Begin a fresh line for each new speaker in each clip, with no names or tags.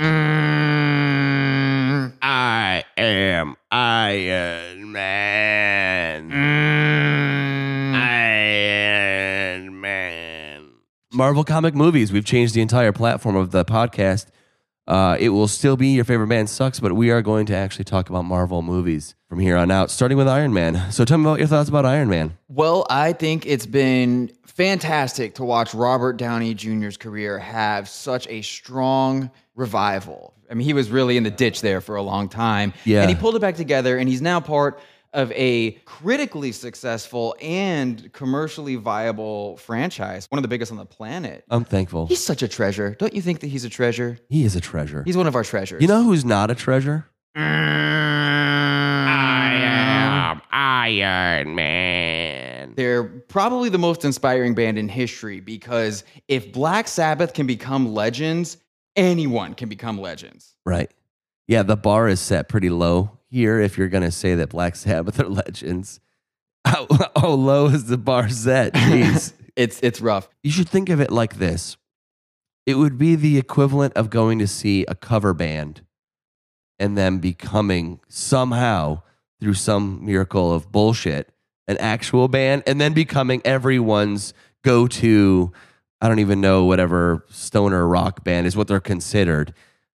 Mm, Iron Man. Iron Man. Marvel comic movies. We've changed the entire platform of the podcast. Uh, it will still be your favorite man sucks, but we are going to actually talk about Marvel movies from here on out, starting with Iron Man. So tell me about your thoughts about Iron Man.
Well, I think it's been fantastic to watch Robert Downey Jr.'s career have such a strong revival. I mean, he was really in the ditch there for a long time.
Yeah.
And he pulled it back together, and he's now part of a critically successful and commercially viable franchise, one of the biggest on the planet.
I'm thankful.
He's such a treasure. Don't you think that he's a treasure?
He is a treasure.
He's one of our treasures.
You know who's not a treasure?
Mm. Iron Man.
They're probably the most inspiring band in history because if Black Sabbath can become legends, anyone can become legends.
Right. Yeah, the bar is set pretty low here if you're going to say that Black Sabbath are legends. How, how low is the bar set? Jeez.
It's it's rough.
you should think of it like this it would be the equivalent of going to see a cover band and then becoming somehow, through some miracle of bullshit, an actual band and then becoming everyone's go to. I don't even know whatever stoner rock band is what they're considered.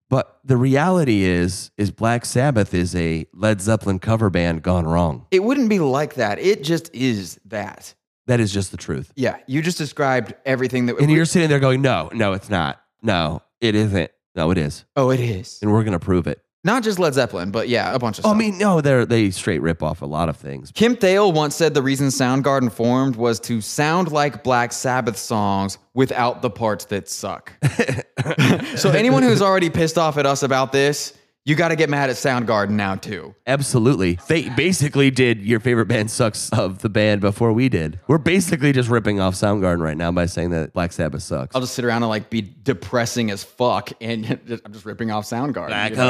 But the reality is is Black Sabbath is a Led Zeppelin cover band gone wrong.
It wouldn't be like that. It just is that.
That is just the truth.
Yeah, you just described everything that
And you're sitting there going, "No, no, it's not. No, it isn't. No, it is."
Oh, it is.
and we're gonna prove it.
Not just Led Zeppelin, but yeah, a bunch of
Oh,
stuff.
I mean, no, they they straight rip off a lot of things.
Kim Thale once said the reason Soundgarden formed was to sound like Black Sabbath songs without the parts that suck. so anyone who's already pissed off at us about this, you got to get mad at Soundgarden now too.
Absolutely, they basically did your favorite band sucks of the band before we did. We're basically just ripping off Soundgarden right now by saying that Black Sabbath sucks.
I'll just sit around and like be depressing as fuck, and I'm just ripping off Soundgarden. you know?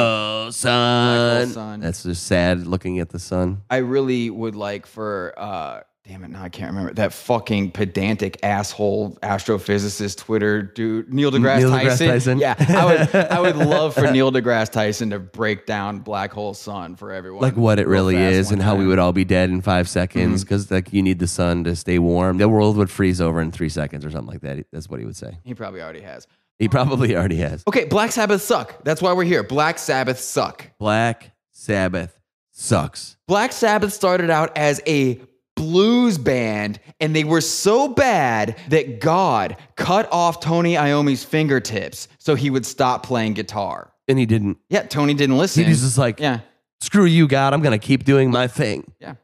hole sun.
Black hole sun.
That's just sad looking at the sun.
I really would like for uh damn it, no, I can't remember that fucking pedantic asshole astrophysicist Twitter dude Neil deGrasse,
Neil deGrasse
Tyson.
Tyson.
Yeah, I would I would love for Neil deGrasse Tyson to break down black hole sun for everyone.
Like what it
real
really
fast
is,
one
and how we
time. Mm-hmm.
would all be dead in five seconds because like you need the sun to stay warm. The world would freeze over in three seconds or something like that. That's what he would say.
He probably already has.
He probably already has.
Okay, Black Sabbath suck. That's why we're here. Black Sabbath suck.
Black Sabbath sucks.
Black Sabbath started out as a blues band and they were so bad that God cut off Tony Iommi's fingertips so he would stop playing guitar.
and he didn't.
Yeah, Tony didn't listen.
He was just like,
yeah,
screw you, God. I'm going to keep doing my thing.
yeah.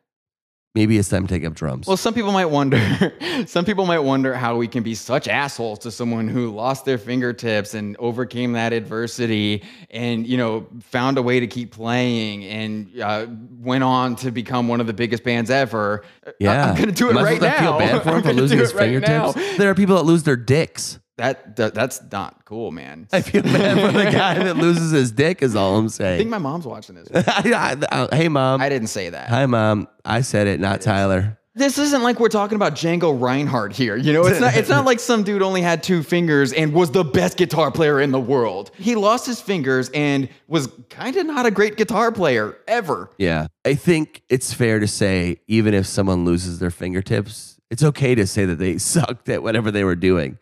Maybe it's time to take up drums.
Well, some people might wonder. some people might wonder how we can be such assholes to someone who lost their fingertips and overcame that adversity, and you know, found a way to keep playing, and uh, went on to become one of the biggest bands ever. I-
yeah.
I'm gonna do it
Am I
right
supposed to
now.
feel bad for him
I'm
for
gonna
losing
do
his
it right
fingertips.
now.
There are people that lose their dicks.
That, that that's not cool, man.
I
I
feel bad for the guy that loses his dick, is all I'm
think
saying.
my mom's watching this.
I- I- I- hey, mom.
I didn't say that.
Hi, mom. I said it, not Tyler.
This isn't like we're talking about Django Reinhardt here. You know, it's not it's not like some dude only had two fingers and was the best guitar player in the world. He lost his fingers and was kind of not a great guitar player ever.
Yeah. I think it's fair to say, even if someone loses their fingertips, it's okay to say that they sucked at whatever they were doing.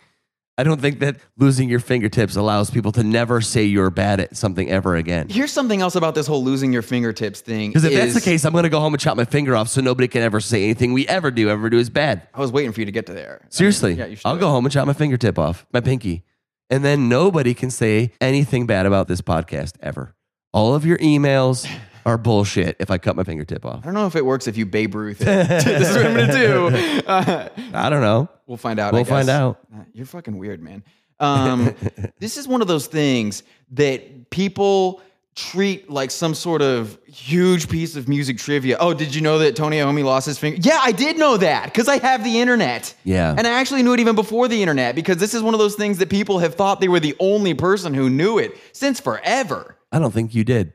I don't think that losing your fingertips allows people to never say you're bad at something ever again.
Here's something else about this whole losing your fingertips thing.
Because if that's the
is-
case, I'm going to go home and chop my finger off so nobody can ever say anything we ever do, ever do is bad.
I was waiting for you to get to there.
Seriously,
yeah, you should
I'll
do
go
it.
home and chop my fingertip off, my pinky. And then nobody can say anything bad about this podcast ever. All of your emails are bullshit if I cut my fingertip
I
off.
don't know if it works if you Babe Ruth. it. this is what I'm gonna do. Uh,
I don't know.
we'll find out. I
We'll find
guess.
out.
Uh, You're fucking weird, man. Um, this is one of those things that people treat like some sort of huge piece of music trivia. Oh, did you know that Tony Iommi lost his finger? Yeah, I did know that because I have the internet.
Yeah.
and I actually knew it even before the internet because this is one of those things that people have thought they were the only person who knew it since forever.
I don't think you did.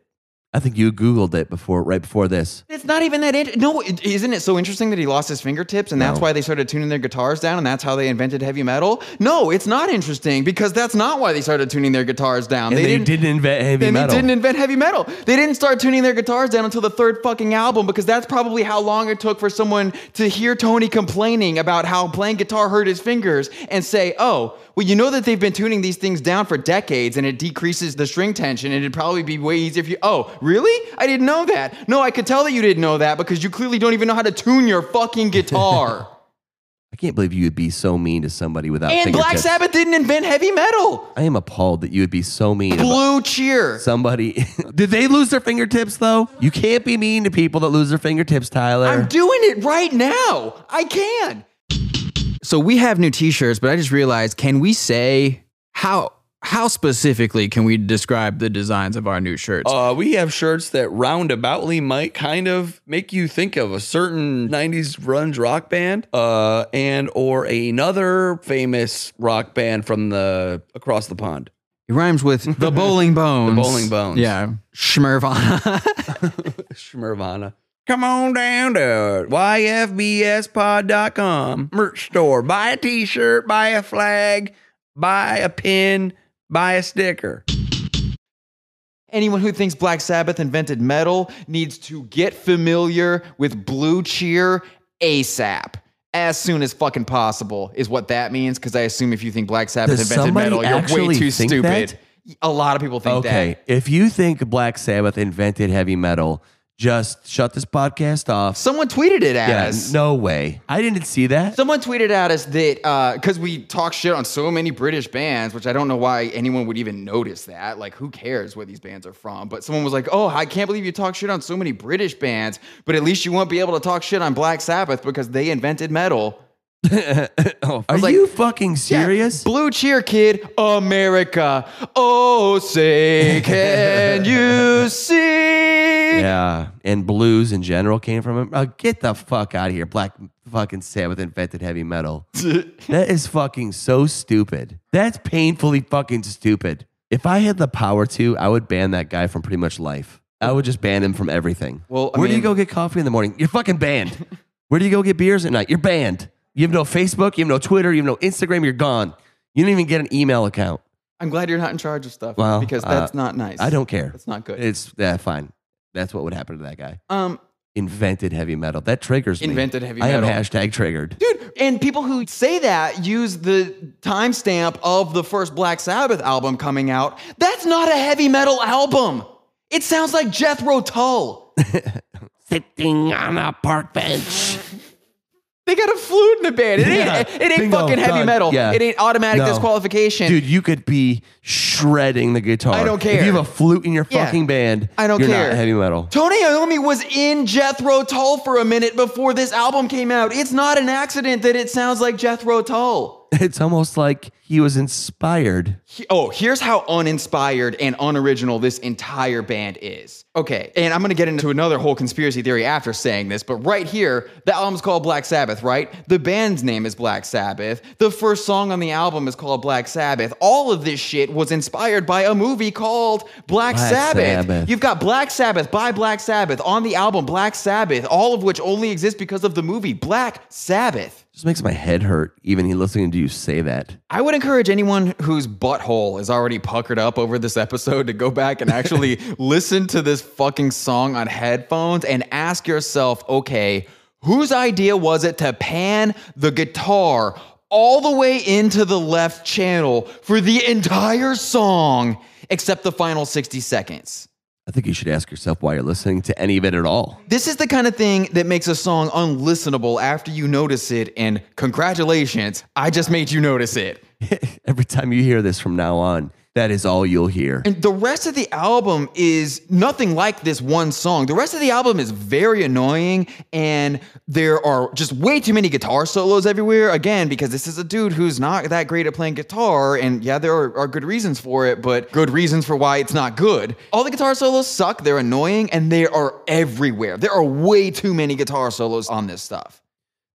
I think you Googled it before, right before this.
It's not even that. Int- no, is isn't it so interesting that he lost his fingertips and that's
No.
why they started tuning their guitars down and that's how they invented heavy metal? No, it's not interesting because that's not why they started tuning their guitars down.
And they, didn't, invent heavy
and
metal.
they didn't invent heavy metal. They didn't start tuning their guitars down until the third fucking album because that's probably how long it took for someone to hear Tony complaining about how playing guitar hurt his fingers and say, "Oh, well, you know that they've been tuning these things down for decades and it decreases the string tension and it'd probably be way easier if you." Oh, really? I didn't know that. No, I could tell that you didn't know that because you clearly don't even know how to tune your fucking guitar.
I can't believe you would be so mean to somebody without
and Black
fingertips.
Sabbath didn't invent heavy metal.
I am appalled that you would be so mean. about
Blue cheer.
Somebody did they lose their fingertips though? You can't be mean to people that lose their fingertips, Tyler.
I'm doing it right now. I can. So we have new t-shirts, but I just realized can we say how how specifically can we describe the designs of our new shirts?
Uh, we have shirts that roundaboutly might kind of make you think of a certain 90s grunge rock band uh, and or another famous rock band from the across the pond.
it rhymes with the bowling bones.
Bowling Bones.
Yeah. Schmervana.
Shmervana. Come on down to yfbspod.com merch store. Buy a t-shirt, buy a flag, buy a pin, buy a sticker.
Anyone who thinks Black Sabbath invented metal needs to get familiar with Blue Cheer ASAP. As soon as fucking possible is what that means. Because I assume if you think Black Sabbath
Does
invented
somebody
metal, you're way
actually
too
think
stupid. A lot of people think that.
okay. If you think Black Sabbath invented heavy metal, just shut this podcast off.
Someone tweeted it at
Yeah,
us.
no way. I didn't see that.
Someone tweeted at us that because we talk shit on so many British bands, which I don't know why anyone would even notice that. Like, who cares where these bands are from? But someone was like, "Oh, I can't believe you talk shit on so many British bands, but at least you won't be able to talk shit on Black Sabbath because they invented metal."
oh,
Are
like-
you fucking serious?
Blue cheer, kid, America. Oh, say can you see?
yeah, and blues in general came from him. Uh, get the fuck out of here. Black fucking Sabbath invented heavy metal. that is fucking so stupid. That's painfully fucking stupid. If I had the power to, I would ban that guy from pretty much life. I would just ban him from everything.
Well, I
where do you
mean-
go get coffee in the morning? You're fucking banned. where do you go get beers at night? You're banned. You have no Facebook, you have no Twitter, you have no Instagram, you're gone. You don't even get an email account.
I'm glad you're not in charge of stuff
Well,
because
uh,
that's not nice.
I don't care.
That's not good.
It's yeah, fine. That's what would happen to that guy.
Um,
Invented heavy metal. That triggers me.
Invented heavy
I
metal.
am hashtag triggered.
Dude, and people who say that use the timestamp of the first Black Sabbath album coming out. That's not a heavy metal album. It sounds like Jethro Tull.
Sitting on a park bench.
They got a flute in the band. It ain't,
Yeah.
it ain't
Bingo,
fucking heavy
done.
metal.
Yeah.
It ain't automatic
No.
disqualification.
Dude, you could be shredding the guitar.
I don't care.
If you have a flute in your
Yeah.
fucking band,
I don't
you're
care.
Not heavy metal.
Tony Iommi was in Jethro Tull for a minute before this album came out. It's not an accident that it sounds like Jethro Tull.
It's almost like he was inspired.
He- oh, here's how uninspired and unoriginal this entire band is. Okay, and I'm gonna get into another whole conspiracy theory after saying this, but right here, the album's called Black Sabbath, right? The band's name is Black Sabbath. The first song on the album is called Black Sabbath. All of this shit was inspired by a movie called Black,
Black
Sabbath.
Sabbath.
You've got Black Sabbath by Black Sabbath on the album Black Sabbath, all of which only exists because of the movie Black Sabbath.
Just makes my head hurt even he listening to you say that.
I would encourage anyone whose butthole is already puckered up over this episode to go back and actually listen to this fucking song on headphones and ask yourself, okay, whose idea was it to pan the guitar all the way into the left channel for the entire song except the final 60 seconds?
I think you should ask yourself why you're listening to any of it at all.
This is the kind of thing that makes a song unlistenable after you notice it, and congratulations, I just made you notice it.
Every time you hear this from now on, that is all you'll hear.
And the rest of the album is nothing like this one song. The rest of the album is very annoying, and there are just way too many guitar solos everywhere. Again, because this is a dude who's not that great at playing guitar, and yeah, there are, are good reasons for it, but good reasons for why it's not good. All the guitar solos suck, they're annoying, and they are everywhere. There are way too many guitar solos on this stuff.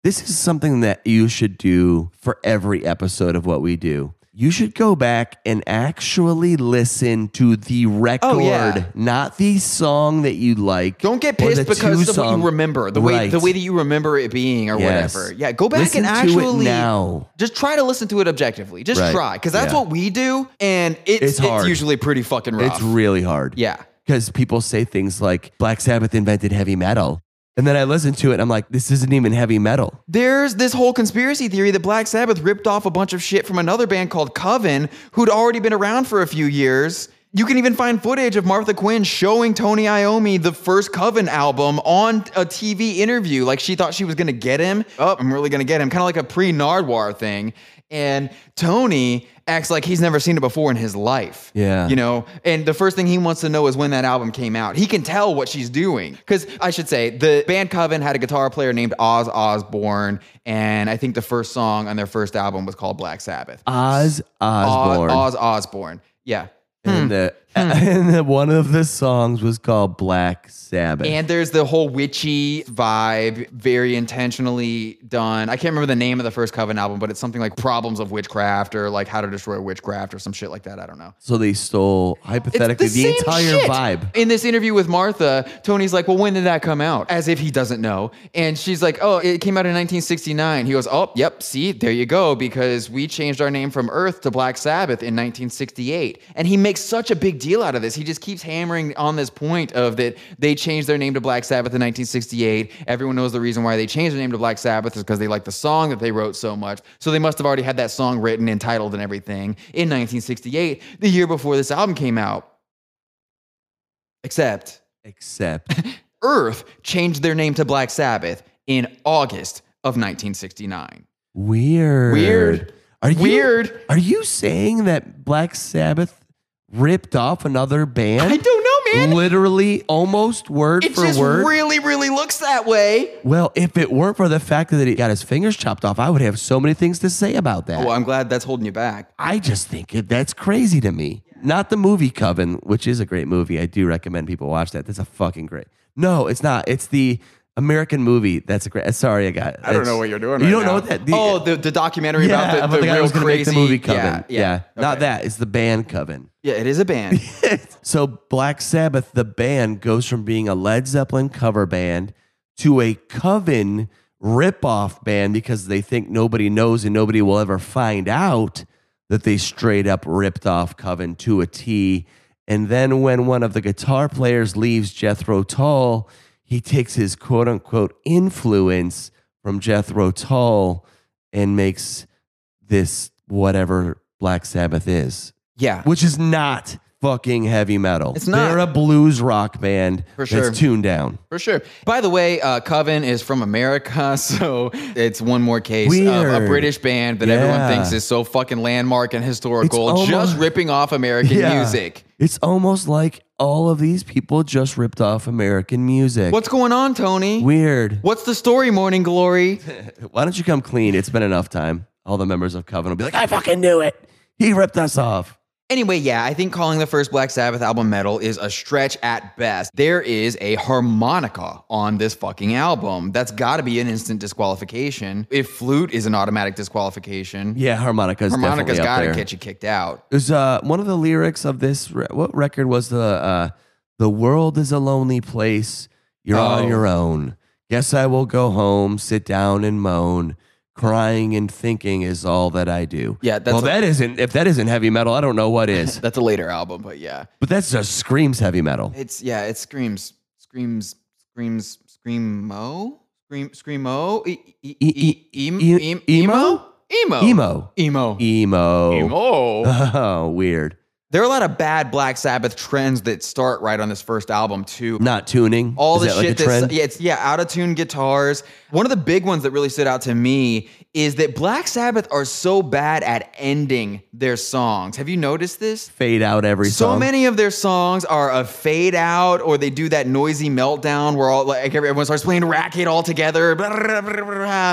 This is something that you should do for every episode of what we do. You should go back and actually listen to the record,
Oh, yeah.
not the song that you like.
Don't get
or the
pissed because
two
of what
song-
you remember, the way
Right.
the way that you remember it being or
Yes.
whatever. Yeah, go back
Listen
and
to it
actually
now.
just try to listen to it objectively. Just
Right.
try because that's
Yeah.
what we do, and it's
It's hard.
usually pretty fucking rough.
It's really hard.
yeah,
Because people say things like Black Sabbath invented heavy metal. And then I listen to it and I'm like, this isn't even heavy metal.
there's this whole conspiracy theory that Black Sabbath ripped off a bunch of shit from another band called Coven, who'd already been around for a few years. You can even find footage of Martha Quinn showing Tony Iommi the first Coven album on a TV interview. Like she thought she was gonna get him. Oh, I'm really gonna get him. Kind of like a pre Nardwar thing. And Tony acts like he's never seen it before in his life.
Yeah.
You know, and the first thing he wants to know is when that album came out. He can tell what she's doing. Because I should say, the band Coven had a guitar player named Oz Osborne, and I think the first song on their first album was called Black Sabbath.
Oz Osbourne.
Oz, Oz Osborne. Yeah. Hmm.
and, the, and the- one of the songs was called Black Sabbath.
And there's the whole witchy vibe, very intentionally done. I can't remember the name of the first Coven album, but it's something like Problems of Witchcraft or like How to Destroy Witchcraft or some shit like that. I don't know.
so they stole hypothetically the,
same
entire
shit.
vibe.
In this interview with Martha, Tony's like, "Well, when did that come out?" As if he doesn't know. And she's like, "Oh, it came out in 1969." He goes, "Oh, yep. See, there you go. Because we changed our name from Earth to Black Sabbath in 1968." And he makes such a big deal out of this. He just keeps hammering on this point of that they changed their name to Black Sabbath in 1968. Everyone knows the reason why they changed their name to Black Sabbath is because they liked the song that they wrote so much. So they must have already had that song written and titled and everything in 1968, the year before this album came out. Except
Except
Earth changed their name to Black Sabbath in August of 1969.
weird.
Weird.
Are you,
Weird.
Are you saying that Black Sabbath ripped off another
I
band?
don't know, man.
Literally, almost word
It
for
just
word.
really, really looks that way.
well, if it weren't for the fact that he got his fingers chopped off, I would have so many things to say about that.
Well, I'm glad that's holding you back.
I just think it, that's crazy to me. Not the movie Coven, which is a great movie. I do recommend people watch that. That's a fucking great. No, it's not. It's the American movie. That's a great. uh, Sorry, I got. I
don't know what you're doing
You
right
don't
now.
know what that. The,
oh, the, the documentary
yeah,
about the, the
guy who
real
was gonna make
crazy
the movie Coven. Yeah,
Yeah, yeah.
not
Okay.
that. It's the band Coven.
Yeah, it is a band.
so Black Sabbath, the band, goes from being a Led Zeppelin cover band to a Coven ripoff band because they think nobody knows and nobody will ever find out that they straight up ripped off Coven to a T. And then when one of the guitar players leaves Jethro Tull, he takes his quote unquote influence from Jethro Tull and makes this whatever Black Sabbath is
yeah.
which is not fucking heavy metal.
It's not.
They're a blues rock band
For sure.
that's tuned down.
For sure. By the way, uh, Coven is from America, so it's one more case of a
Weird.
British band that everyone
Yeah.
thinks is so fucking landmark and historical,
It's
just
almost-
ripping off American
Yeah.
music.
It's almost like all of these people just ripped off American music.
What's going on, Tony?
weird?
What's the story, Morning Glory?
Why don't you come clean? It's been enough time. All the members of Coven will be like, I fucking knew it. He ripped us off.
Anyway, yeah, I think calling the first Black Sabbath album metal is a stretch at best. There is a harmonica on this fucking album. That's got to be an instant disqualification. If flute is an automatic disqualification,
Yeah, harmonica's
harmonica's
definitely up
got to
there.
get you kicked out.
It was uh, one of the lyrics of this. Re- what record was the? Uh, the world is a lonely place. You're
Oh.
on your own. Guess I will go home, sit down and moan. Crying and thinking is all that I do.
Yeah, that's
well,
like-
that isn't. If that isn't heavy metal, I don't know what is.
That's a later album, but yeah.
but that just screams heavy metal.
It's yeah, it screams, screams, screams, screamo, scream, screamo, e- e- e- e- em-
e-
em- emo,
emo?
emo,
Emo,
emo,
emo,
emo.
Oh, weird.
There are a lot of bad Black Sabbath trends that start right on this first album too.
Not tuning.
All
is
the
that
shit
like a
that's
trend?
yeah, it's yeah, out of tune guitars. One of the big ones that really stood out to me is that Black Sabbath are so bad at ending their songs. Have you noticed this?
Fade out every
so
song.
many of their songs are a fade out or they do that noisy meltdown where all like everyone starts playing racket all together blah, blah, blah, blah, blah.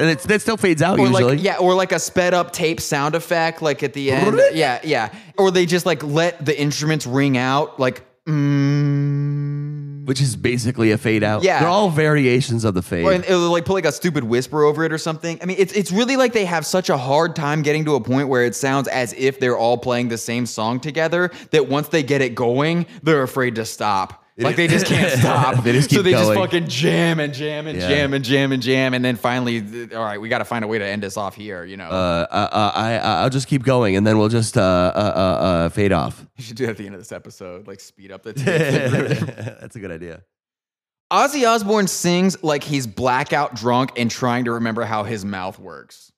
and it's, that still fades out
or
usually.
like yeah or like a sped up tape sound effect like at the end yeah yeah or they just like let the instruments ring out like mm.
which is basically a fade out.
Yeah.
They're all variations of the fade.
Or and it'll like put like a stupid whisper over it or something. I mean, it's it's really like they have such a hard time getting to a point where it sounds as if they're all playing the same song together that once they get it going, they're afraid to stop. Like they just can't stop.
They just
so
keep
they just
going.
fucking jam and jam and
Yeah.
jam and jam and jam, and then finally, th- all right, we got to find a way to end this off here. You know,
uh, uh, I, I, I'll just keep going and then we'll just uh, uh, uh, uh, fade off.
you should do that at the end of this episode, like speed up the.
That's a good idea.
Ozzy Osbourne sings like he's blackout drunk and trying to remember how his mouth works.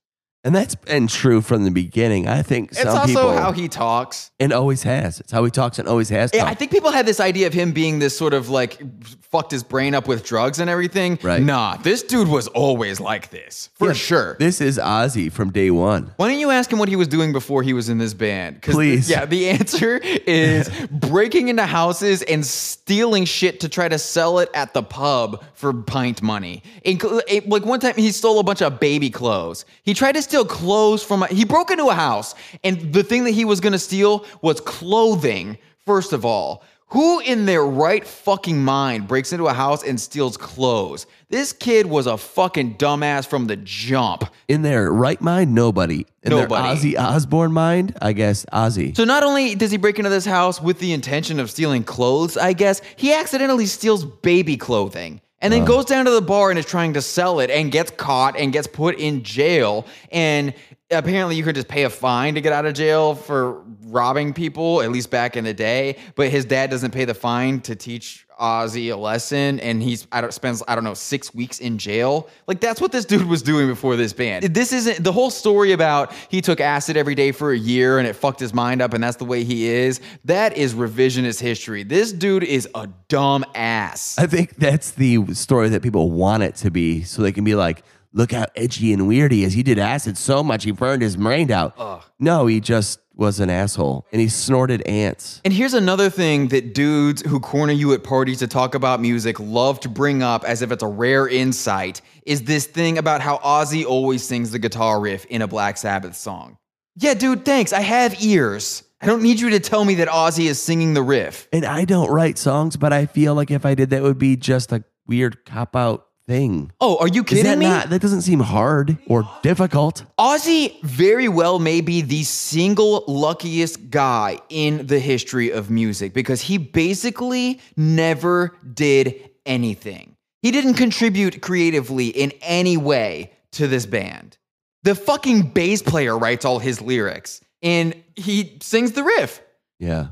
And that's been true from the beginning. I think
It's
some
also
people
how he talks.
and always has. It's how he talks and always has.
Yeah,
talked.
I think people had this idea of him being this sort of like fucked his brain up with drugs and everything.
Right.
Nah, this dude was always like this for
Yeah,
sure.
This is Ozzy from day one.
Why don't you ask him what he was doing before he was in this band? 'Cause
Please.
th- yeah, the answer is breaking into houses and stealing shit to try to sell it at the pub for pint money. Inclu- it- like one time, he stole a bunch of baby clothes. He tried to steal clothes from. A, he broke into a house, and the thing that he was going to steal was clothing. First of all. Who in their right fucking mind breaks into a house and steals clothes? This kid was a fucking dumbass from the jump.
In their right mind, nobody. In
Nobody.
their Ozzy Osbourne mind, I guess Ozzy.
So not only does he break into this house with the intention of stealing clothes, I guess, he accidentally steals baby clothing and then goes down to the bar and is trying to sell it and gets caught and gets put in jail and apparently you could just pay a fine to get out of jail for robbing people at least back in the day but his dad doesn't pay the fine to teach Ozzy a lesson and he's I don't spends I don't know 6 weeks in jail. Like that's what this dude was doing before this band. This isn't the whole story about he took acid every day for a year and it fucked his mind up and that's the way he is. That is revisionist history. This dude is a dumb ass.
I think that's the story that people want it to be, so they can be like, "Look how edgy and weird he is. He did acid so much he burned his brain out." No, he just was an asshole, and he snorted ants.
And here's another thing that dudes who corner you at parties to talk about music love to bring up as if it's a rare insight is this thing about how Ozzy always sings the guitar riff in a Black Sabbath song. Yeah, dude, thanks. I have ears. I don't need you to tell me that Ozzy is singing the riff.
And I don't write songs, but I feel like if I did, that would be just a weird cop out thing.
Oh, are you
Is
kidding
that
me?
not? That doesn't seem hard or difficult.
Ozzy very well may be the single luckiest guy in the history of music because he basically never did anything. He didn't contribute creatively in any way to this band. The fucking bass player writes all his lyrics and he sings the riff.
Yeah.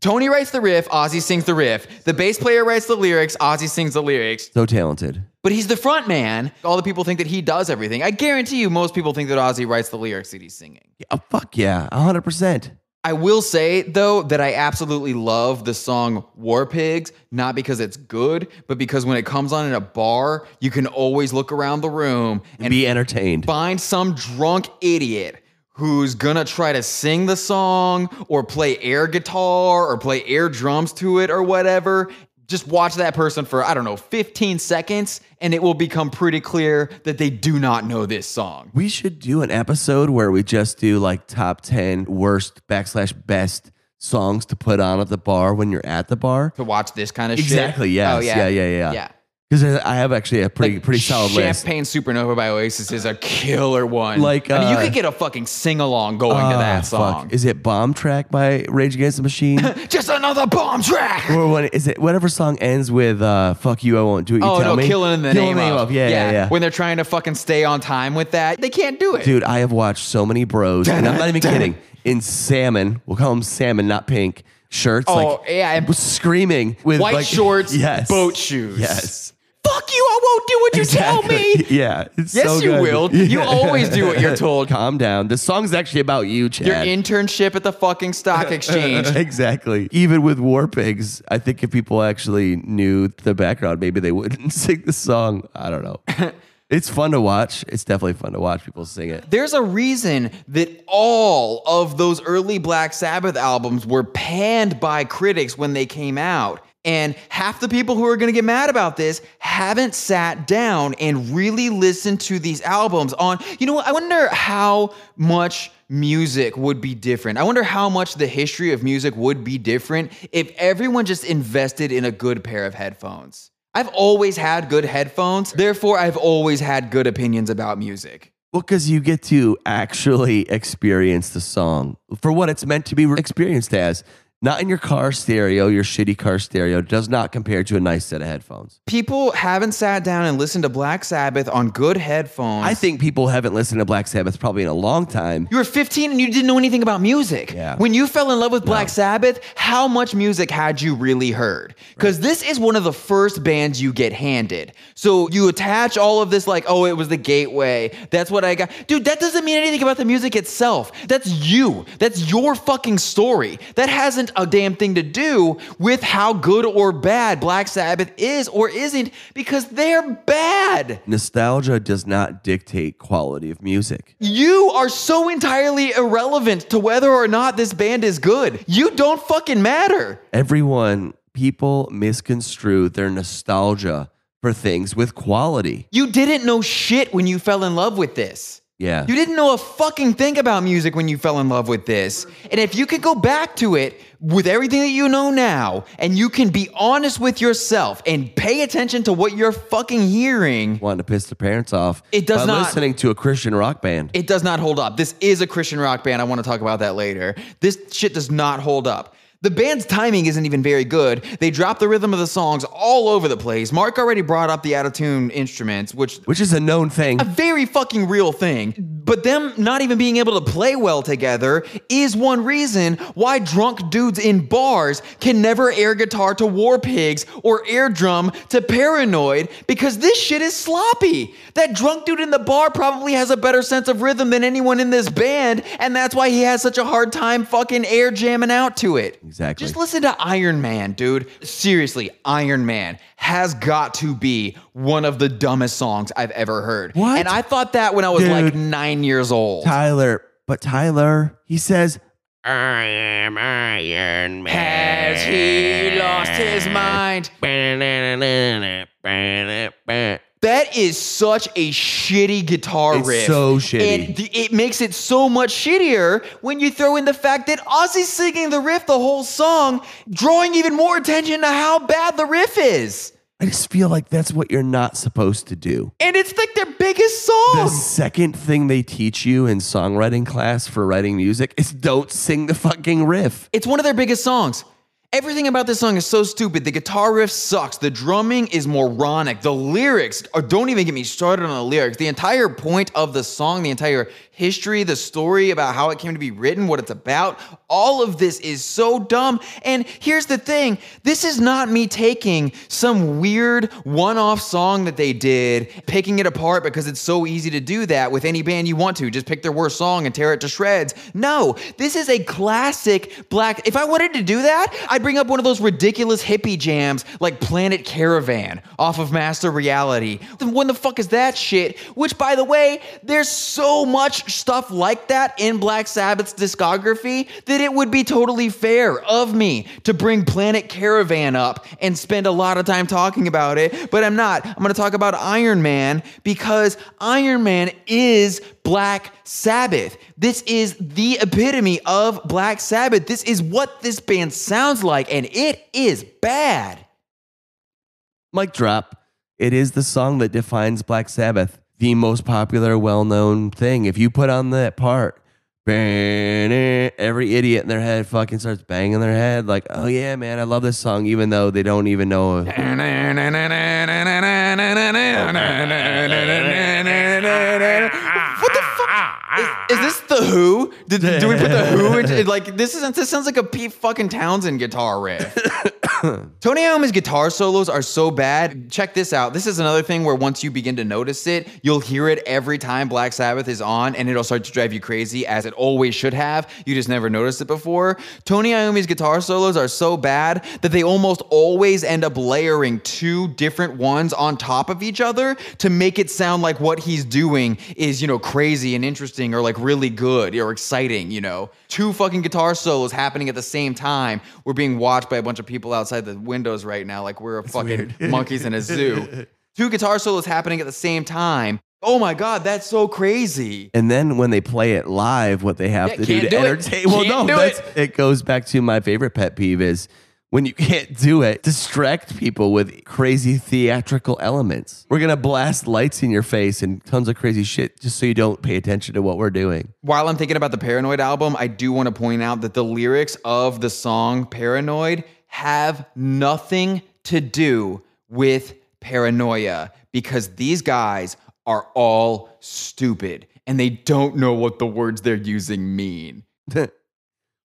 Tony writes the riff, Ozzy sings the riff. The bass player writes the lyrics, Ozzy sings the lyrics.
So talented.
But he's the front man. All the people think that he does everything. I guarantee you, most people think that Ozzy writes the lyrics that he's singing.
Yeah, oh, fuck yeah, hundred percent.
I will say, though, that I absolutely love the song War Pigs, not because it's good, but because when it comes on in a bar, you can always look around the room and
Be entertained.
find some drunk idiot who's gonna try to sing the song or play air guitar or play air drums to it or whatever. Just watch that person for, I don't know, 15 seconds, and it will become pretty clear that they do not know this song.
We should do an episode where we just do like top 10 worst backslash best songs to put on at the bar when you're at the bar.
To watch this kind of
Exactly,
shit. Oh,
yes. Yeah, yeah, yeah.
Yeah.
Because I have actually a pretty pretty solid list.
Champagne Supernova by Oasis is a killer one.
Like,
I mean, you
uh,
could get a fucking sing along going to
Ah,
that
fuck.
song.
Is it Bomb Track by Rage Against the Machine?
Just another bomb track.
or what is it whatever song ends with uh, fuck you, I won't do it. You
oh
tell
no,
me?
killing in the
Killing
name, of.
Yeah, yeah, yeah.
When they're trying to fucking stay on time with that, they can't do it.
Dude, I have watched so many bros, and I'm not even kidding. In salmon, we'll call them salmon, not pink shirts.
Oh,
like,
yeah, and-
was screaming with
White
like-
shorts,
yes,
boat shoes.
Yes,
Fuck you! I won't do what you tell me.
Exactly. Yeah. it's
Yes,
so
you
good.
will.
Yeah.
You always do what you're told.
Calm down. This song's actually about you, Chad.
Your internship at the fucking stock exchange.
Exactly. Even with War Pigs, I think if people actually knew the background, maybe they wouldn't sing the song. I don't know. it's fun to watch. It's definitely fun to watch people sing it.
There's a reason that all of those early Black Sabbath albums were panned by critics when they came out. And half the people who are going to get mad about this haven't sat down and really listened to these albums on, you know what? I wonder how much music would be different. I wonder how much the history of music would be different if everyone just invested in a good pair of headphones. I've always had good headphones, therefore, I've always had good opinions about music.
Well, because you get to actually experience the song for what it's meant to be experienced as. Not in your car stereo, your shitty car stereo does not compare to a nice set of headphones.
People haven't sat down and listened to Black Sabbath on good headphones.
I think people haven't listened to Black Sabbath probably in a long time.
You were 15 and you didn't know anything about music.
Yeah.
When you fell in love with Black Sabbath, how much music had you really heard? Because this is one of the first bands you get handed. So you attach all of this, like, oh, it was the gateway. That's what I got. Dude, that doesn't mean anything about the music itself. That's you. That's your fucking story. That hasn't a damn thing to do with how good or bad Black Sabbath is or isn't because they're bad.
Nostalgia does not dictate quality of music.
You are so entirely irrelevant to whether or not this band is good. You don't fucking matter.
Everyone, people misconstrue their nostalgia for things with quality.
You didn't know shit when you fell in love with this.
Yeah.
You didn't know a fucking thing about music when you fell in love with this. And if you could go back to it with everything that you know now and you can be honest with yourself and pay attention to what you're fucking hearing,
Wanting to piss their parents off.
It does
by
not-
listening to a Christian rock band.
it does not hold up. This is a Christian rock band. I want to talk about that later. This shit does not hold up. The band's timing isn't even very good. They drop the rhythm of the songs all over the place. Mark already brought up the out of tune instruments, which
which is a known thing.
a very fucking real thing. But them not even being able to play well together is one reason why drunk dudes in bars can never air guitar to War Pigs or air drum to Paranoid because this shit is sloppy. That drunk dude in the bar probably has a better sense of rhythm than anyone in this band, and that's why he has such a hard time fucking air jamming out to it.
Exactly.
Just listen to Iron Man, dude. Seriously, Iron Man has got to be one of the dumbest songs I've ever heard.
What?
And I thought that when I was like
Dude.
nine years old.
Tyler, but Tyler, he says,
I am Iron Man.
Has he lost his mind? That is such a shitty guitar
It's
riff.
so shitty.
And th- it makes it so much shittier when you throw in the fact that Ozzy's singing the riff the whole song, drawing even more attention to how bad the riff is.
I just feel like that's what you're not supposed to do.
And it's like their biggest song.
The second thing they teach you in songwriting class for writing music is don't sing the fucking riff.
It's one of their biggest songs. Everything about this song is so stupid. The guitar riff sucks. The drumming is moronic. The lyrics are, don't even get me started on the lyrics. The entire point of the song, the entire history, the story about how it came to be written, what it's about, all of this is so dumb. And here's the thing this is not me taking some weird one off song that they did, picking it apart because it's so easy to do that with any band you want to. Just pick their worst song and tear it to shreds. No, this is a classic black. If I wanted to do that, I'd bring up one of those ridiculous hippie jams like Planet Caravan off of Master Reality. Then When the fuck is that shit? Which, by the way, there's so much stuff like that in Black Sabbath's discography that it would be totally fair of me to bring Planet Caravan up and spend a lot of time talking about it, but I'm not. I'm gonna talk about Iron Man because Iron Man is Black Sabbath. This is the epitome of Black Sabbath. This is what this band sounds like, and it is bad.
Mic drop. It is the song that defines Black Sabbath, the most popular, well known thing. If you put on that part, every idiot in their head fucking starts banging their head like, oh yeah, man, I love this song, even though they don't even know. it.
What the fuck? Is, is this the Who? Did, do we put the Who into like this? Isn't this sounds like a Pete fucking Townsend guitar riff? Tony Iommi's guitar solos are so bad. Check this out. This is another thing where once you begin to notice it, you'll hear it every time Black Sabbath is on, and it'll start to drive you crazy as it always should have. You just never noticed it before. Tony Iommi's guitar solos are so bad that they almost always end up layering two different ones on top of each other to make it sound like what he's doing is, you know, crazy and interesting or like really good or exciting, you know. Two fucking guitar solos happening at the same time. We're being watched by a bunch of people outside the windows right now, like we're a fucking monkeys in a zoo. Two guitar solos happening at the same time. Oh my God, that's so crazy.
And then when they play it live, what they have
Yeah,
to do
can't
to
do it.
entertain. Well,
Can't
no,
do
that's, it. goes back to my favorite pet peeve is when you can't do it, distract people with crazy theatrical elements. We're going to blast lights in your face and tons of crazy shit just so you don't pay attention to what we're doing.
While I'm thinking about the Paranoid album, I do want to point out that the lyrics of the song Paranoid have nothing to do with paranoia because these guys are all stupid and they don't know what the words they're using mean.
They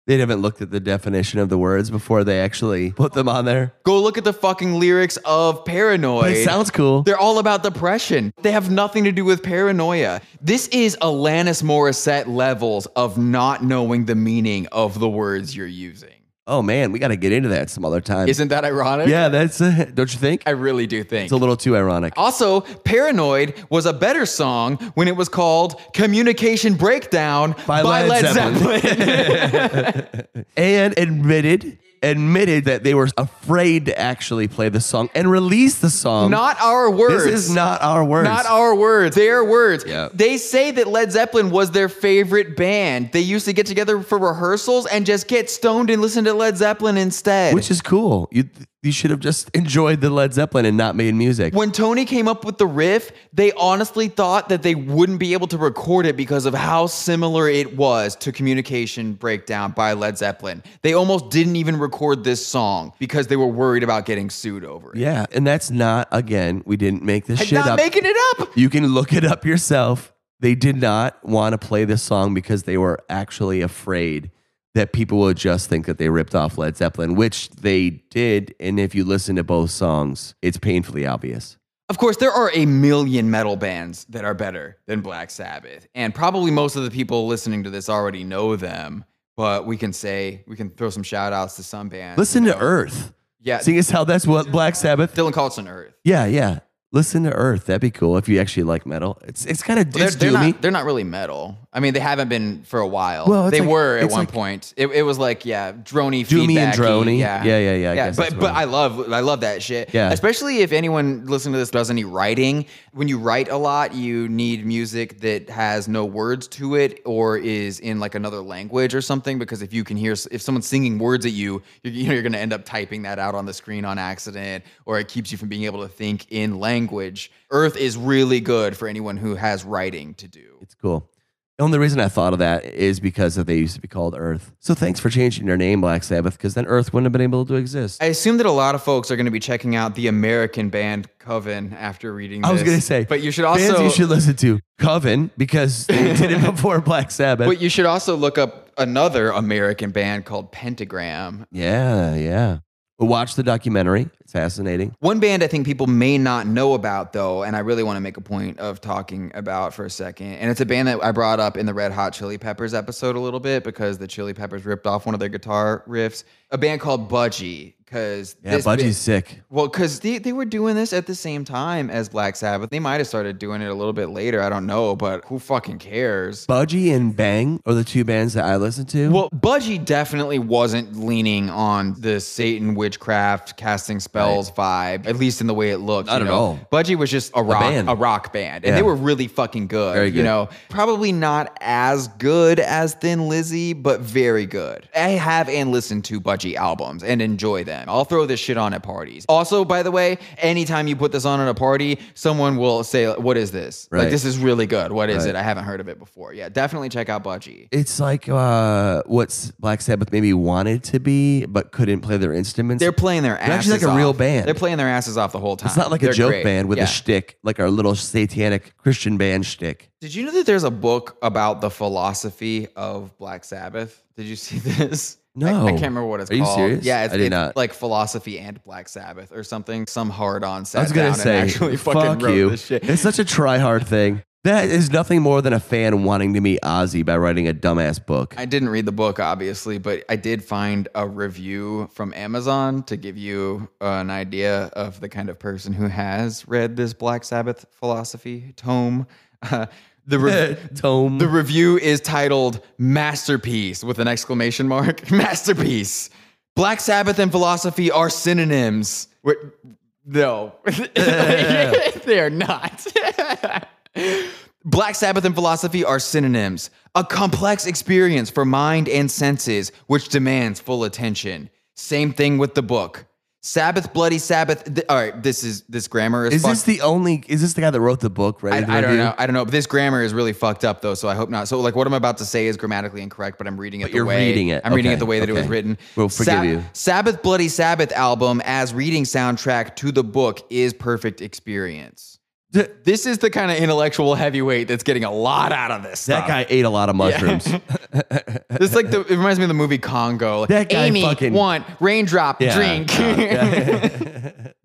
haven't looked at the definition of the words before they actually put them on there.
Go look at the fucking lyrics of
But
Paranoid.
it sounds cool.
They're all about depression. They have nothing to do with paranoia. This is Alanis Morissette levels of not knowing the meaning of the words you're using.
Oh man, we got to get into that some other time.
Isn't that ironic?
yeah, that's uh, don't you think?
I really do think.
It's a little too ironic.
Also, Paranoid was a better song when it was called Communication Breakdown by, Led, Zeppelin.
and admitted admitted that they were afraid to actually play the song and release the song.
not our words.
this is not our words.
Not our words, their words.
Yeah.
They say that Led Zeppelin was their favorite band. They used to get together for rehearsals and just get stoned and listen to Led Zeppelin instead.
which is cool. You you should have just enjoyed the Led Zeppelin and not made music.
when Tony came up with the riff, they honestly thought that they wouldn't be able to record it because of how similar it was to Communication Breakdown by Led Zeppelin. They almost didn't even record this song because they were worried about getting sued over it.
yeah, and that's not again. We didn't make this
I'm
shit
not
up.
making it up.
you can look it up yourself. They did not want to play this song because they were actually afraid that people would just think that they ripped off Led Zeppelin, which they did. And if you listen to both songs, it's painfully obvious.
Of course, there are a million metal bands that are better than Black Sabbath, and probably most of the people listening to this already know them. But we can say we can throw some shout outs to some bands.
Listen to Earth.
yeah,
Seeing as how that's what Black Sabbath.
Dylan Carlson Earth.
Yeah, yeah. Listen to Earth. That'd be cool if you actually like metal. It's it's kind of
They're,
it's
they're
doomy.
not, they're not really metal. I mean, they haven't been for a while.
Well, it's
they
like-
were at
it's
one
like-
point. It, it was like yeah, drony,
Doomy and
feedbacky,
droney.
Yeah,
Yeah, yeah, yeah,
yeah,
I guess that's
but
what
but
it
I love I love that shit.
Yeah.
especially if anyone listening to this does any writing. When you write a lot, you need music that has no words to it or is in like another language or something. Because if you can hear if someone's singing words at you, you're, you know you're going to end up typing that out on the screen on accident, or it keeps you from being able to think in language. Earth is really good for anyone who has writing to do.
It's cool. The only reason I thought of that is because that they used to be called Earth. So thanks for changing their name, Black Sabbath, because then Earth wouldn't have been able to exist.
I assume that a lot of folks are going to be checking out the American band Coven after reading. This.
I was gonna say,
but you should also
bands you should listen to Coven because they did it before Black Sabbath.
But you should also look up another American band called Pentagram.
yeah, yeah. Watch the documentary. It's fascinating.
One band I think people may not know about, though, and I really want to make a point of talking about for a second. And it's a band that I brought up in the Red Hot Chili Peppers episode a little bit because the Chili Peppers ripped off one of their guitar riffs. A band called Budgie. Because
Yeah, Budgie's sick.
Well, because they, they were doing this at the same time as Black Sabbath. They might have started doing it a little bit later. I don't know, but who fucking cares?
Budgie and Bang are the two bands that I listen to.
Well, Budgie definitely wasn't leaning on the Satan witchcraft casting spells vibe, at least in the way it looked.
Not
you
at
know?
all.
Budgie was just a rock, a,
band.
rock band, and
Yeah.
they were really fucking good.
Very
You
good.
know, probably not as good as Thin Lizzy, but very good. I have and listened to Budgie albums and enjoy them. I'll throw this shit on at parties. Also, by the way, anytime you put this on at a party, someone will say, "What is this? Like
Right.
this is really good. What is
Right.
it? I haven't heard of it before." Yeah, definitely check out Budgie.
it's like uh, what Black Sabbath maybe wanted to be, but couldn't play their instruments.
They're playing their asses
They're actually like a
off.
real band.
They're playing their asses off the whole time.
it's not like
They're
a joke
great.
band with
Yeah.
a shtick, like our little satanic Christian band shtick.
Did you know that there's a book about the philosophy of Black Sabbath? Did you see this? I- I,
No.
can't remember what it's
Are you
called.
serious?
Yeah, it's,
I did
it's
not.
like philosophy and Black Sabbath or something. Some hard on sat
I was gonna
down
say,
and actually fucking
fuck
wrote
you.
this shit.
It's such a try hard thing. That is nothing more than a fan wanting to meet Ozzy by writing a dumbass book.
I didn't read the book, obviously, but I did find a review from Amazon to give you an idea of the kind of person who has read this Black Sabbath philosophy tome. Uh, the re-
Tome.
The review is titled Masterpiece with an exclamation mark. Masterpiece. Black Sabbath and philosophy are synonyms. Wait, no, they are not. Black Sabbath and philosophy are synonyms, a complex experience for mind and senses, which demands full attention. Same thing with the book. Sabbath, bloody Sabbath. th- all right, this is this grammar is.
Is
fuck-
this the only? Is this the guy that wrote the book? Right?
I, I don't know. I don't know. But this grammar is really fucked up, though. So I hope not. So like, what I'm about to say is grammatically incorrect, but I'm reading it.
But
the
you're
way,
reading it.
I'm reading
Okay,
it the way that it was
okay.
written.
We'll forgive you.
Sabbath, bloody Sabbath album as reading soundtrack to the book is perfect experience.
Th-
This is the kind of intellectual heavyweight that's getting a lot out of this.
That
stuff.
guy ate a lot of mushrooms.
This is like the. It reminds me of the movie Congo. Like,
That guy
Amy,
fucking-
want raindrop
Yeah,
drink.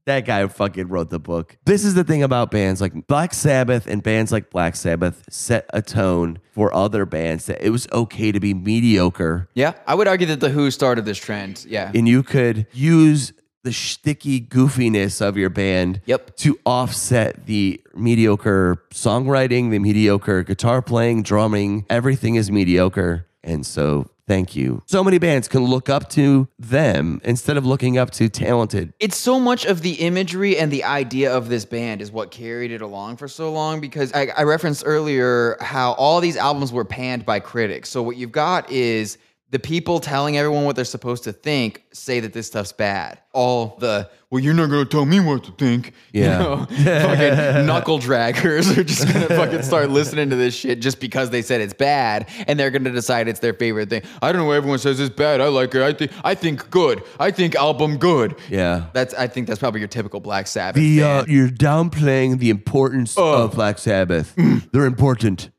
that guy fucking wrote the book. This is the thing about bands like Black Sabbath and bands like Black Sabbath set a tone for other bands that it was okay to be mediocre
yeah, I would argue that the Who started this trend. Yeah.
and you could use the shticky goofiness of your band
Yep.
to offset the mediocre songwriting, the mediocre guitar playing, drumming. Everything is mediocre. And so, thank you. So many bands can look up to them instead of looking up to talented
it's so much of the imagery and the idea of this band is what carried it along for so long because I, I referenced earlier how all these albums were panned by critics. So what you've got is the people telling everyone what they're supposed to think say that this stuff's bad. All the well, you're not gonna tell me what to think.
Yeah.
You know, fucking knuckle draggers are just gonna fucking start listening to this shit just because they said it's bad, and they're gonna decide it's their favorite thing. I don't know why everyone says it's bad. I like it. I think I think good. I think album good.
Yeah.
That's I think that's probably your typical Black Sabbath.
The
fan.
uh, you're downplaying the importance of Black Sabbath. They're important.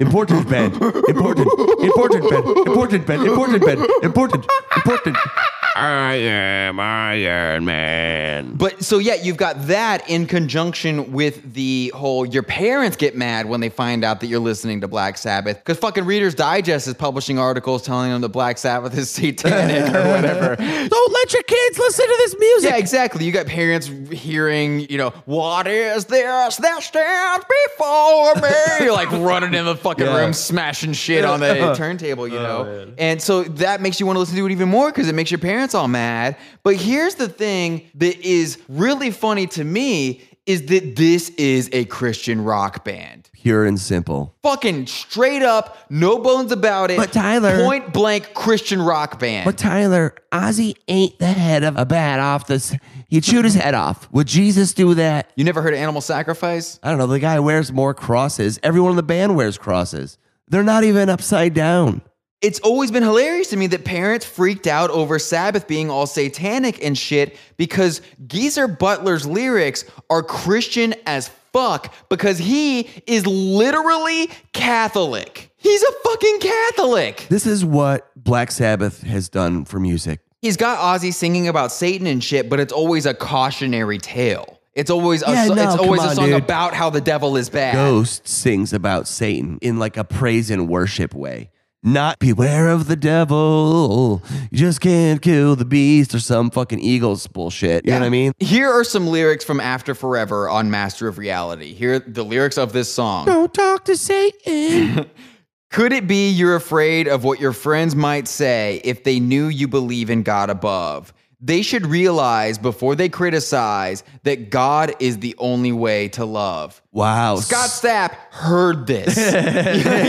Important band. Important. Important band. Important band. Important band. Important. Important.
I am Iron Man.
but so yeah, you've got that in conjunction with the whole your parents get mad when they find out that you're listening to Black Sabbath because fucking Reader's Digest is publishing articles telling them that Black Sabbath is satanic or whatever.
Don't let your kids listen to this music.
Yeah, exactly. You got parents hearing, you know, what is this that stands before me? You're like running in the fucking
Yeah. Oh,
room, smashing shit on the turntable, you know? and so that makes you want to listen to it even more because it makes your parents all mad. But here's the thing that is really funny to me is that this is a Christian rock band.
Pure and simple.
Fucking straight up, no bones about it.
But Tyler-
Point blank Christian rock band.
But Tyler, Ozzy ain't the head of a bat off this. He'd shoot his head off. Would Jesus do that?
you never heard of animal sacrifice?
I don't know. The guy wears more crosses. Everyone in the band wears crosses. They're not even upside down.
it's always been hilarious to me that parents freaked out over Sabbath being all satanic and shit because Geezer Butler's lyrics are Christian as fuck because he is literally Catholic. He's a fucking Catholic.
This is what Black Sabbath has done for music.
He's got Ozzy singing about Satan and shit, but it's always a cautionary tale. It's always a,
Yeah,
so-
no,
it's always
come
a
on,
song
dude.
about how the devil is bad.
Ghost sings about Satan in like a praise and worship way. Not beware of the devil. You just can't kill the beast or some fucking Eagles bullshit. You know what I mean?
Here are some lyrics from After Forever on Master of Reality. Here are the lyrics of this song.
Don't talk to Satan.
Could it be you're afraid of what your friends might say if they knew you believe in God above? They should realize before they criticize that God is the only way to love.
Wow.
Scott Stapp heard this.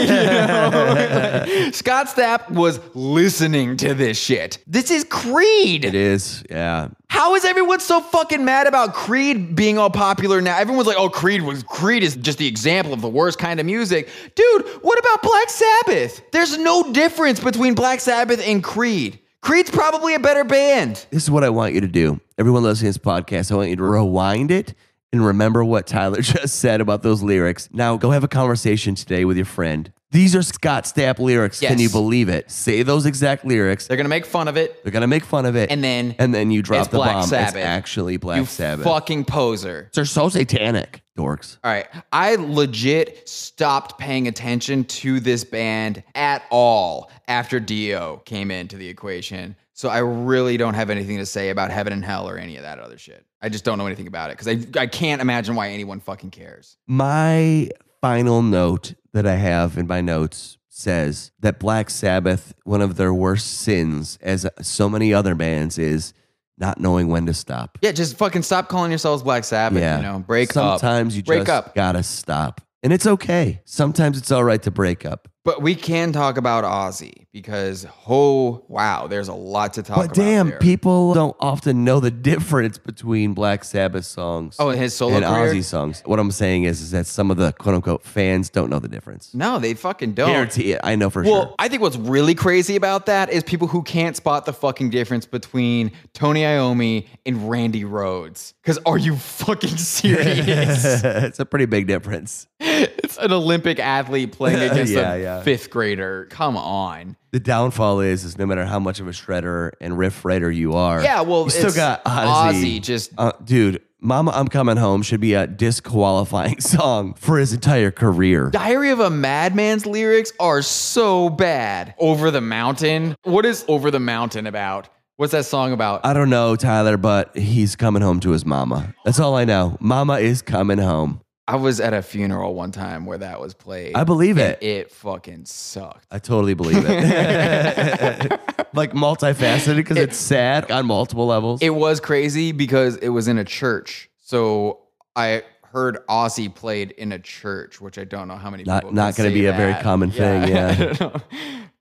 You know? Like, Scott Stapp was listening to this shit. This is
It
Creed.
is. Yeah.
How is everyone so fucking mad about Creed being all popular now? Everyone's like, "Oh, Creed was Creed is just the example of the worst kind of music." Dude, what about Black Sabbath? There's no difference between Black Sabbath and Creed. Creed's probably a better band.
This is what I want you to do. Everyone listening to this podcast, I want you to rewind it and remember what Tyler just said about those lyrics. Now go have a conversation today with your friend. These are Scott Stapp lyrics. Can
Yes.
you believe it? Say those exact lyrics.
They're gonna make fun of it.
They're gonna make fun of it,
And then
and then you drop
it's
the
Black
bomb.
Sabbath.
It's actually Black
you
Sabbath.
fucking poser.
They're so satanic, dorks.
All right. I legit stopped paying attention to this band at all after Dio came into the equation. So I really don't have anything to say about heaven and hell or any of that other shit. I just don't know anything about it because I, I can't imagine why anyone fucking cares.
My final note that I have in my notes says that Black Sabbath, one of their worst sins, as so many other bands, is not knowing when to stop.
Yeah, just fucking stop calling yourselves Black Sabbath, you know? Break
Sometimes
up.
you
Break
just
up.
gotta stop. And it's okay. Sometimes it's all right to break up.
But we can talk about Ozzy because oh wow, there's a lot to talk
But
about.
damn,
there.
people don't often know the difference between Black Sabbath songs
Oh, and his solo
and
career?
Ozzy songs. What I'm saying is, is that some of the quote unquote fans don't know the difference.
No, they fucking don't.
Guarantee it. I know for
Well,
sure.
I think what's really crazy about that is people who can't spot the fucking difference between Tony Iommi and Randy Rhodes. Because are you fucking serious?
it's a pretty big difference.
it's an Olympic athlete playing against
Yeah,
a
yeah.
fifth grader. Come on.
The downfall is, is no matter how much of a shredder and riff writer you are,
Yeah, well,
you still
it's
got Ozzy.
Ozzy just-
uh, dude, "Mama, I'm Coming Home" should be a disqualifying song for his entire career.
Diary of a Madman's lyrics are so bad. Over the Mountain. What is Over the Mountain about? What's that song about?
I don't know, Tyler, but he's coming home to his mama. That's all I know. Mama is coming home.
I was at a funeral one time where that was played.
I believe
and
it.
It fucking sucked.
I totally believe it. like multifaceted because it's sad on multiple levels.
It was crazy because it was in a church. So I heard Aussie played in a church, which I don't know how many
Not-
people.
not
going
gonna
to
be a very common thing, yeah.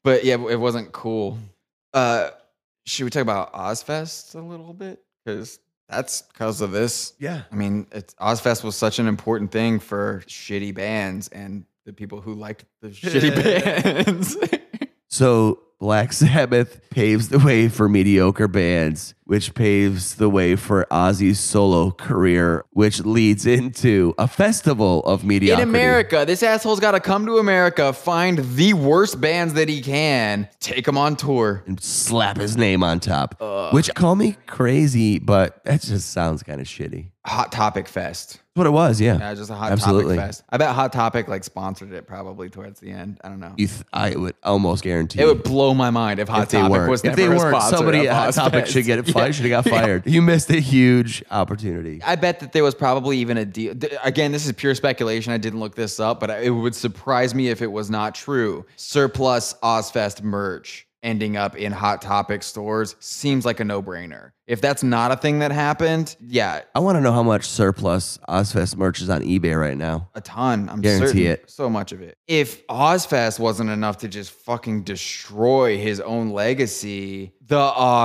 but yeah, it wasn't cool. Uh, should we talk about Ozfest a little bit? Because that's because of this.
yeah.
I mean, it's, Ozfest was such an important thing for shitty bands and the people who liked the shitty bands.
So Black Sabbath paves the way for mediocre bands, which paves the way for Ozzy's solo career, which leads into a festival of mediocrity.
In America, this asshole's got to come to America, find the worst bands that he can, take them on tour.
and slap his name on top. Which call me crazy, but that just sounds kind of shitty.
Hot Topic Fest.
That's what it was, yeah.
Yeah, just a Hot
Absolutely.
Topic Fest. I bet Hot Topic like sponsored it probably towards the end. I don't know.
You th- I would almost guarantee
It would blow my mind if Hot
if they
Topic
weren't.
was
If
never
they
a
weren't,
sponsor
somebody
of
at Hot
Oz
Topic
Fest.
should get
Yeah.
fired. Should have got fired. You missed a huge opportunity.
I bet that there was probably even a deal. th- Again, this is pure speculation. I didn't look this up, but it would surprise me if it was not true. Surplus Ozfest merch ending up in Hot Topic stores seems like a no brainer. If that's not a thing that happened, yeah,
I want to know how much surplus Ozfest merch is on eBay right now.
a ton. I'm
Guarantee
certain.
it.
So much of it. If Ozfest wasn't enough to just fucking destroy his own legacy, the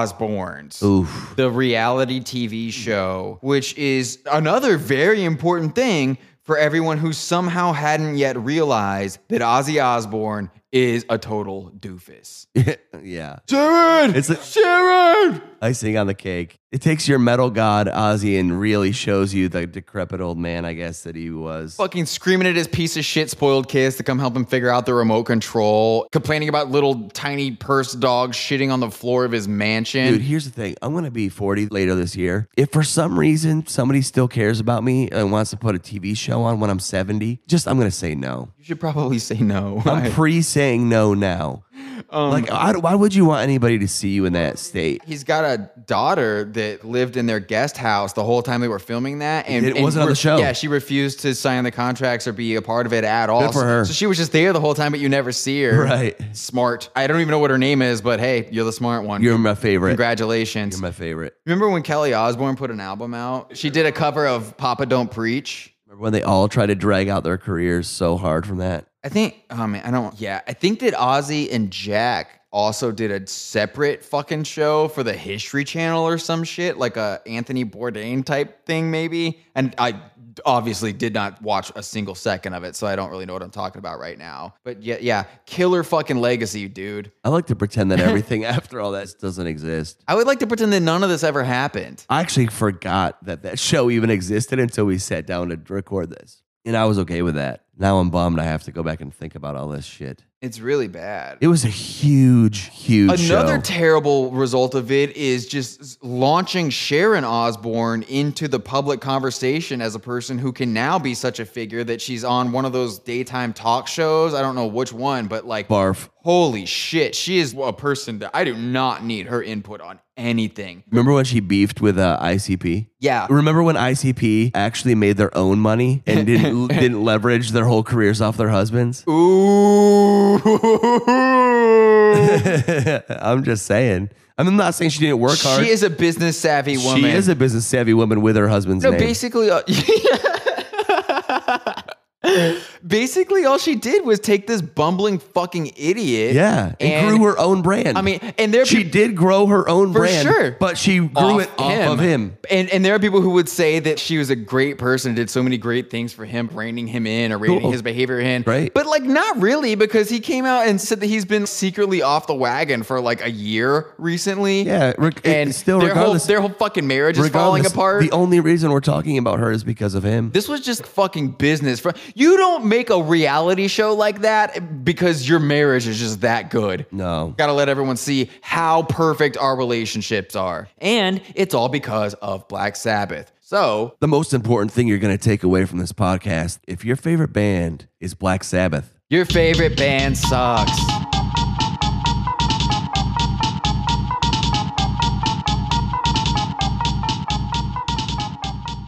Osbournes.
Oof.
the reality TV show, which is another very important thing for everyone who somehow hadn't yet realized that Ozzy Osbourne is a total doofus.
yeah.
Sharon!
It's like-
Sharon!
Icing on the cake. It takes your metal god, Ozzy, and really shows you the decrepit old man, I guess, that he was.
Fucking screaming at his piece of shit spoiled kids to come help him figure out the remote control, complaining about little tiny purse dogs shitting on the floor of his mansion.
Dude, here's the thing. I'm going to be 40 later this year. If for some reason somebody still cares about me and wants to put a TV show on when I'm 70, just I'm going to say no.
you should probably say no.
I'm pre saying no now. like, I, why would you want anybody to see you in that state?
He's got a daughter that lived in their guest house the whole time they were filming that, and
It
and
wasn't on the show.
Yeah, she refused to sign the contracts or be a part of it at all.
Good for her.
So she was just there the whole time, but you never see her.
Right.
Smart. I don't even know what her name is, but hey, you're the smart one.
You're my favorite.
Congratulations.
You're my favorite.
Remember when Kelly Osbourne put an album out? She did a cover of Papa Don't Preach.
Remember when they all tried to drag out their careers so hard from that?
I think. Oh man, I don't. Yeah, I think that Ozzy and Jack also did a separate fucking show for the History Channel or some shit, like a Anthony Bourdain type thing, maybe. And I obviously did not watch a single second of it, so I don't really know what I'm talking about right now. But yeah, yeah, killer fucking legacy, dude.
I like to pretend that everything after all that doesn't exist.
I would like to pretend that none of this ever happened.
I actually forgot that that show even existed until we sat down to record this. And I was okay with that. Now I'm bummed I have to go back and think about all this shit.
It's really bad.
It was a huge, huge
Another
show.
terrible result of it is just launching Sharon Osbourne into the public conversation as a person who can now be such a figure that she's on one of those daytime talk shows. I don't know which one, but like,
Barf.
holy shit, she is a person that I do not need her input on anything.
Remember when she beefed with uh, ICP?
Yeah.
Remember when ICP actually made their own money and didn't didn't leverage their whole careers off their husbands?
Ooh.
I'm just saying. I'm not saying she didn't work hard.
she is a business savvy woman.
She is a business
uh,
savvy woman with her husband's
No,
name.
basically, uh, basically all she did was take this bumbling fucking idiot.
Yeah, and, grew her own brand.
I mean, and there are
she
peop-
did grow her own
For
brand,
sure.
but she grew it off of him.
And and there are people who would say that she was a great person, did so many great things for him, reining him in or reining
Cool.
his behavior in.
Right.
But like not really, because he came out and said that he's been secretly off the wagon for like a year recently.
Yeah, reg- it-
And
still
their whole,
regardless-
their whole fucking marriage is falling
Regardless,
apart.
The only reason we're talking about her is because of him.
This was just fucking business. For you don't make a reality show like that because your marriage is just that good.
no,
Gotta let everyone see how perfect our relationships are. And it's all because of Black Sabbath. So,
the most important thing you're going to take away from this podcast, if your favorite band is Black Sabbath,
your favorite band sucks.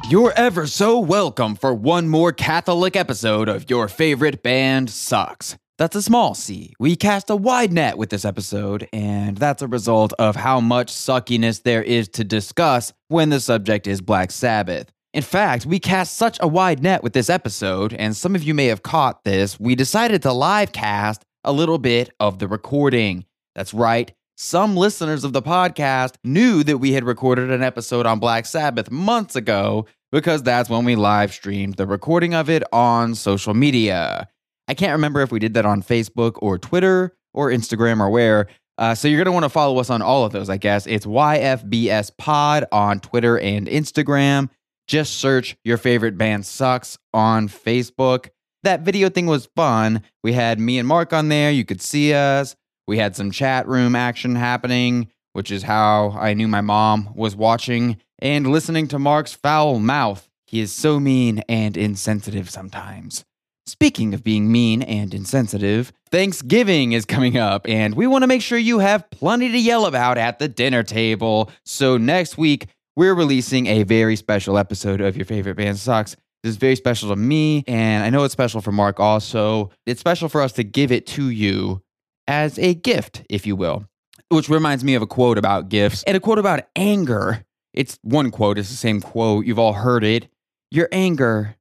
You're ever so welcome for one more Catholic episode of Your Favorite Band Sucks. That's a small C. We cast a wide net with this episode, and that's a result of how much suckiness there is to discuss when the subject is Black Sabbath. In fact, we cast such a wide net with this episode, and some of you may have caught this, we decided to live cast a little bit of the recording. That's right. Some listeners of the podcast knew that we had recorded an episode on Black Sabbath months ago because that's when we live streamed the recording of it on social media. I can't remember if we did that on Facebook or Twitter or Instagram or where. Uh, so you're going to want to follow us on all of those, I guess. It's YFBS Pod on Twitter and Instagram. Just search Your Favorite Band Sucks on Facebook. That video thing was fun. We had me and Mark on there. You could see us. We had some chat room action happening, which is how I knew my mom was watching and listening to Mark's foul mouth. He is so mean and insensitive sometimes. Speaking of being mean and insensitive, Thanksgiving is coming up, and we want to make sure you have plenty to yell about at the dinner table. So, next week, we're releasing a very special episode of Your Favorite Band Sucks. This is very special to me, and I know it's special for Mark also. It's special for us to give it to you as a gift, if you will. Which reminds me of a quote about gifts and a quote about anger. It's one quote, it's the same quote. You've all heard it. Your anger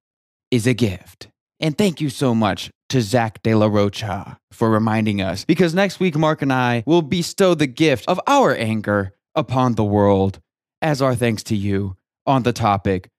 is a gift. And thank you so much to Zach De La Rocha for reminding us because next week, Mark and I will bestow the gift of our anger upon the world as our thanks to you on the topic